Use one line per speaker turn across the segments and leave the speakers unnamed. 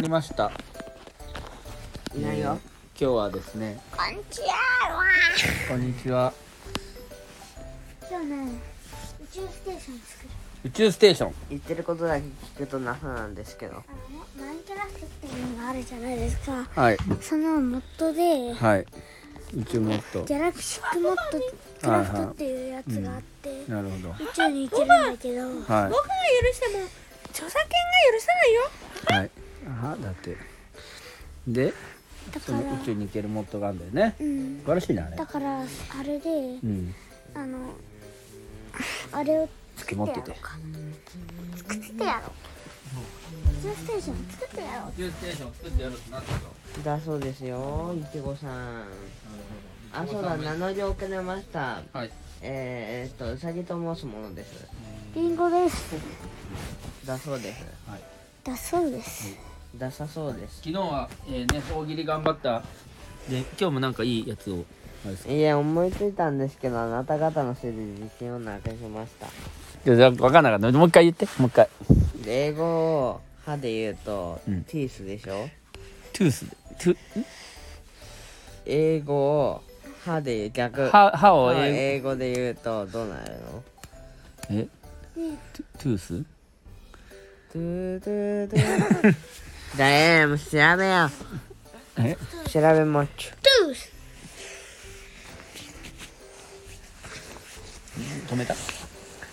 りました
いないよ。
今日はですね
こんにちは。
こんにちは
今日ね、宇宙ステーション作る。
宇宙ステーション
言ってることだけ聞くとなさなんですけど。
あのね、マインクラフトっていうのがあるじゃないですか。
はい
そのモッドで、
はい宇宙モット
ギャラクシックモッドクラフトっていうやつがあって、
なるほど
宇宙に行けるんだけど、
はい
僕が許しても著作権が許さないよ
はいあだってで
だ
そ
か
の
ら、
宇宙に行けるモットがあるんだよね
うん。
素晴らしいねあれ
だから、あれで、
うん
あの、あれを作
持
っ
ってて
やろ
て
うか。作ってやろう。宇宙ステーション作ってやろう。
宇宙ステーション作ってやるってなった
だそうですよ、みちごさん。あ、そうだ、名乗りを受けれました。
はい
えー、えーっと、うさぎと申すものです。
リンゴです。
だそうです。
だそうです。
ださそうです。
昨日は、えーね大喜利頑張ったで今日もなんかいいやつをあれですか
いや、思いついたんですけど、あなた方のせいで自信をなくしました。
いや分かんなかったもう一回言ってもう一回
で英語を歯で言うと、
うん
ティースでしょ
トゥーストゥ
英語を歯で言う逆。
歯歯を
歯を
英語
英語で言うとどうなるの
えトゥトゥース
トゥートゥー トゥーじゃあエム調べよ
え
う調べまっちゅ
トゥース
止めた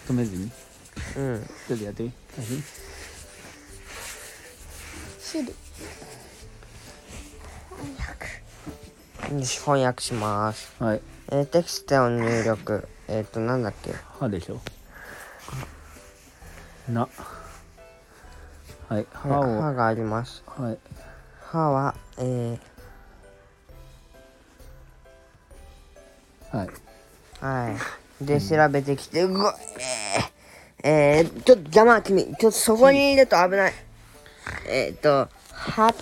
止めずに
うん
ちょっとやってみ
シリ。
よし翻訳します、
はい
えーテキストを入力えっ、となんだっけ
歯でしょなはい歯を
歯があります
はい
歯はえ
はい
ー、はいで調べてきてうわえー、えー、ちょっと邪魔君ちょっとそこにいると危ないえっ、と歯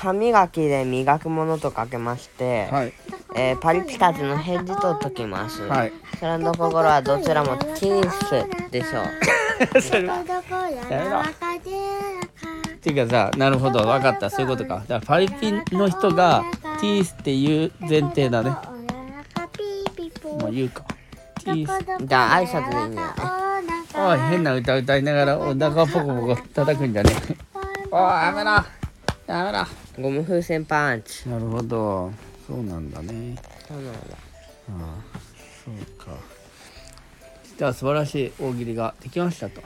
歯磨きで磨くものとかけまして、
はい
えーパリピカチュの返事と解きます。
はい
それの心はどちらもチースでしょう。
どこどこやらかでやらか。
っていうかさなるほど分かったそういうことかだからパリピの人がティースっていう前提だね
どこどこおなかピーピーポー
まあ言うかティース
じゃあ挨拶でいいんじゃ
おい変
な。
な歌歌いながらお腹をポコポコ叩くんじゃねえおいやめろやめろ
ゴム風船パンチ。
なるほどそうなんだね
そうなんだ。
ああそうかじゃあ素晴らしい大喜利ができましたと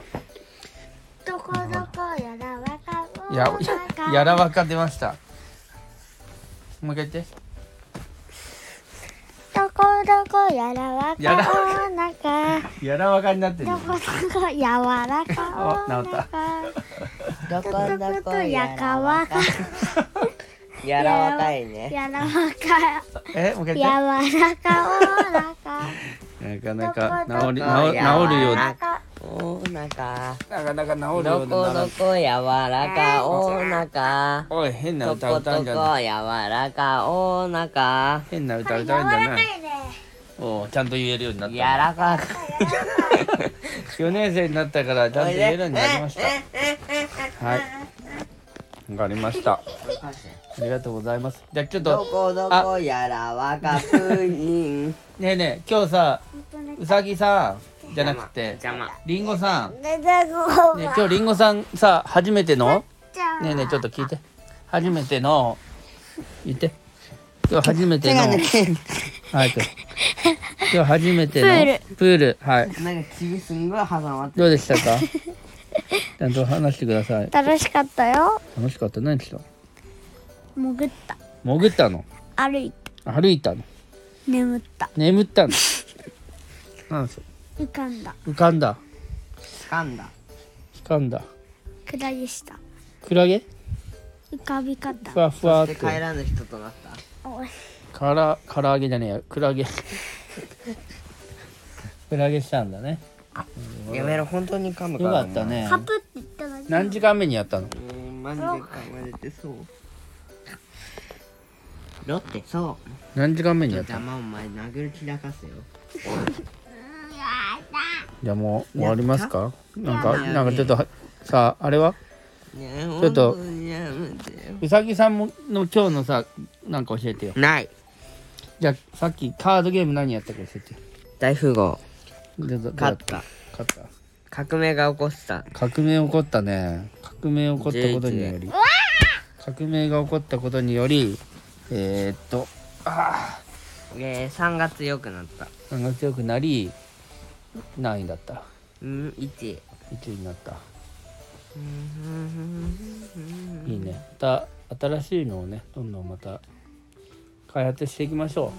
どこどこやらわかお
や
なか
ややらわか出ましたもう一回言って
どこどこやらわ
やら
かおなか。
やらわかになってる
どこどこやわらかおなか。
ど
どこどこやかわか。
やらわかいね。
やらわか。
えもう一回
や
言っ
わらかおなか。
てなかなか
どこどこ
治り治治
やわら
るよう
か
な
おなか。
かなか治る
ど
よう
こ
になら
ど
ん
こやわらかおなか。
おい変な
ど
歌
こ
歌う
ど
んじゃない
こやわらかおなか。
変な歌歌うんじ
や
ゃ
わら
な
か
い
いね。
おうちゃんと言えるようになった
やらか。
4年生になったからちゃんと言えるようになりましたはいわかりましたありがとうございますじゃあちょっ
ど
と
こどこやらわかプリン。
ねえねえ今日さうさぎさんじゃなくて
邪魔。
りんごさんね
ねだご
え今日りんごさんさ初めての
ちゃん。
ねえねえちょっと聞いて初めての言って今日初めてのはい今日今日初めての
プー
ルプールはい
なんか君すんごい挟まって
どうでしたかちゃんと話してください
楽しかったよ。
楽しかった何した
潜った。
潜ったの
歩いた。
歩いたの
眠った。
眠ったのなんす
浮かんだ。
浮かんだ
掴んだ
引かんだ
くらげした。
クラゲ
浮かび方。
ふわふわっ
で
て
帰らぬ人となった
おい。
から唐揚げじゃねえやクラゲクラゲしたんだね
やめろ本当に噛む
よかったね
カプって言ったのに。
何時間目にやったの
うんマジで噛まれてそうロッテそ
何時間目
う
にやった
邪
の
魔お前殴る気らかすよ
じゃあもう終わりますかなんか
やった
なんかちょっとはさああれは
ち
ちょっと
なんだよ
うさぎさんもの今日のさなんか教えてよ
ない
じゃあさっきカードゲーム何やったか教えてよ
大富豪
どうぞどうだ
勝った
勝った
革命が起こった
革命起こったね革命起こったことにより革命が起こったことによりえー、っとあ
えー、3月良くなった
あが強くなり何位だった
うん1
1位になったいいねまた新しいのをねどんどんまた開発していきましょ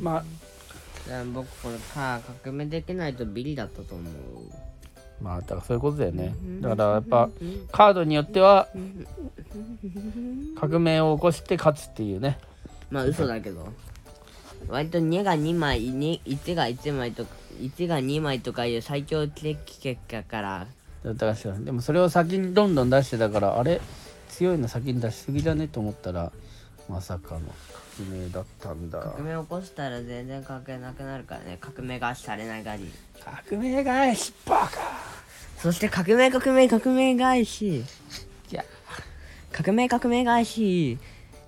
うまあ
僕これパー革命できないとビリだったと思う
まあだからそういうことだよねだからやっぱカードによっては革命を起こして勝つっていうね
まあ嘘だけど割と2が2枚に1が1枚とか1が2枚とかいう最強的結果から
だからしでもそれを先にどんどん出してたからあれ強いの先に出しすぎだねと思ったらまさかの革命だったんだ
革命起こしたら全然関係なくなるからね革命がされないがり
革命返しバカ
そして革命革命革命返し
じゃ
革命革命返し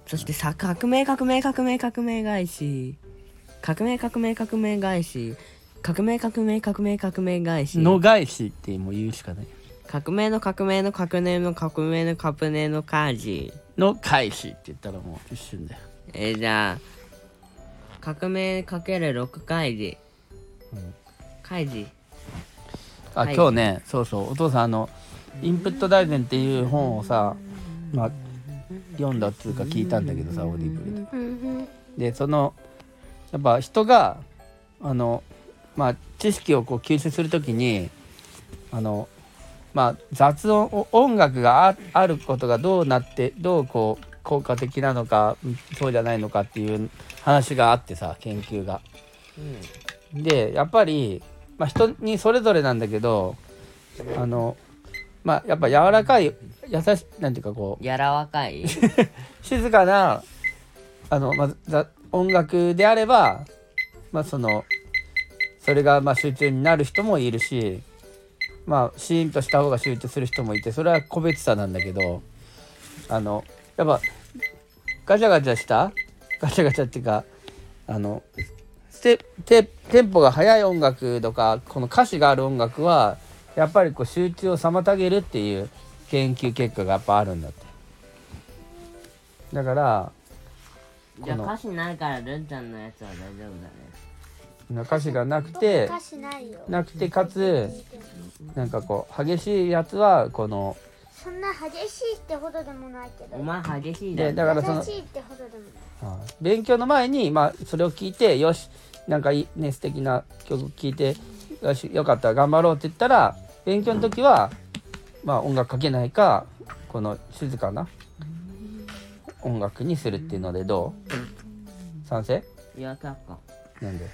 そしてさ革命革命革命革命返し革命革命革命返し革命革命革命革命返し
の返しってもう言うしかない
革命の革命の革命の革命の革命のカージ
の返しって言ったらもう一瞬だよ
えー、じゃあ革命かける6開示開示
あ、
はい
今日ねそうそうお父さんあの「インプット大全」っていう本をさ、まあ、読んだっていうか聞いたんだけどさオーディブルで。でそのやっぱ人があの、まあ、知識をこう吸収するときにあの、まあ、雑音お音楽がああることがどうなってどうこう効果的なのかうんそうじゃないのかっていう話があってさ研究が。でやっぱり、まあ、人にそれぞれなんだけどあの、まあ、やっぱ柔らかい優しいなんていうかこう
やらわ かい
静かなあの、まあ、ざ音楽であれば、まあ、そのそれがまあ集中になる人もいるし、まあ、シーンとした方が集中する人もいてそれは個別差なんだけどあのやっぱガチャガチャしたガチャガチャっていうかあのテテテンポが速い音楽とかこの歌詞がある音楽はやっぱりこう集中を妨げるっていう研究結果がやっぱあるんだって。だから
じゃあ歌詞ないからルンちゃんのやつは大丈夫だね
歌詞がなくて
歌詞ないよ。
なくてかつなんかこう激しいやつはこの
そんな激しいってほどでもないけ
お
ど。
前激しい
で
だ
だからそ
優
の
しいってほどでもない。
はい勉強の前にまあそれを聞いてよしなんかいいね素敵な曲聴いてよしよかったら頑張ろうって言ったら勉強の時はまあ音楽かけないかこの静かな音楽にするっていうのでどう賛成
いや却下好
なんで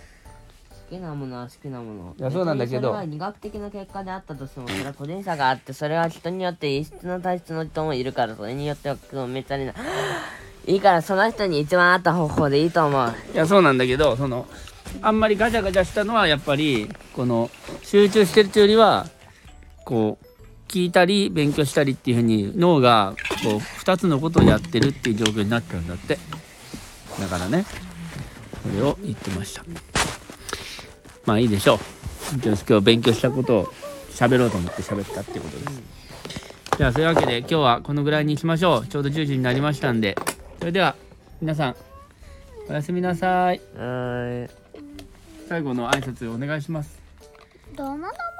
きなものは好きなもの
いやそうなんだけど
別にそれは医学的な結果であったとしてもそれは個人差があってそれは人によって異質な体質の人もいるからそれによってはめっちゃりな いいからその人に一番合った方法でいいと思う
いやそうなんだけどそのあんまりガチャガチャしたのはやっぱりこの集中してるというよりはこう聞いたり勉強したりっていうふうに脳がこう2つのことをやってるっていう状況になっちゃうんだってだからねそれを言ってましたまあいいでしょうとりあえず今日勉強したことを喋ろうと思って喋ったっていうことですじゃあそういうわけで今日はこのぐらいにしましょうちょうど10時になりましたんでそれでは皆さんおやすみなさい。
うーん
最後の挨拶お願いします。
どうもどうも。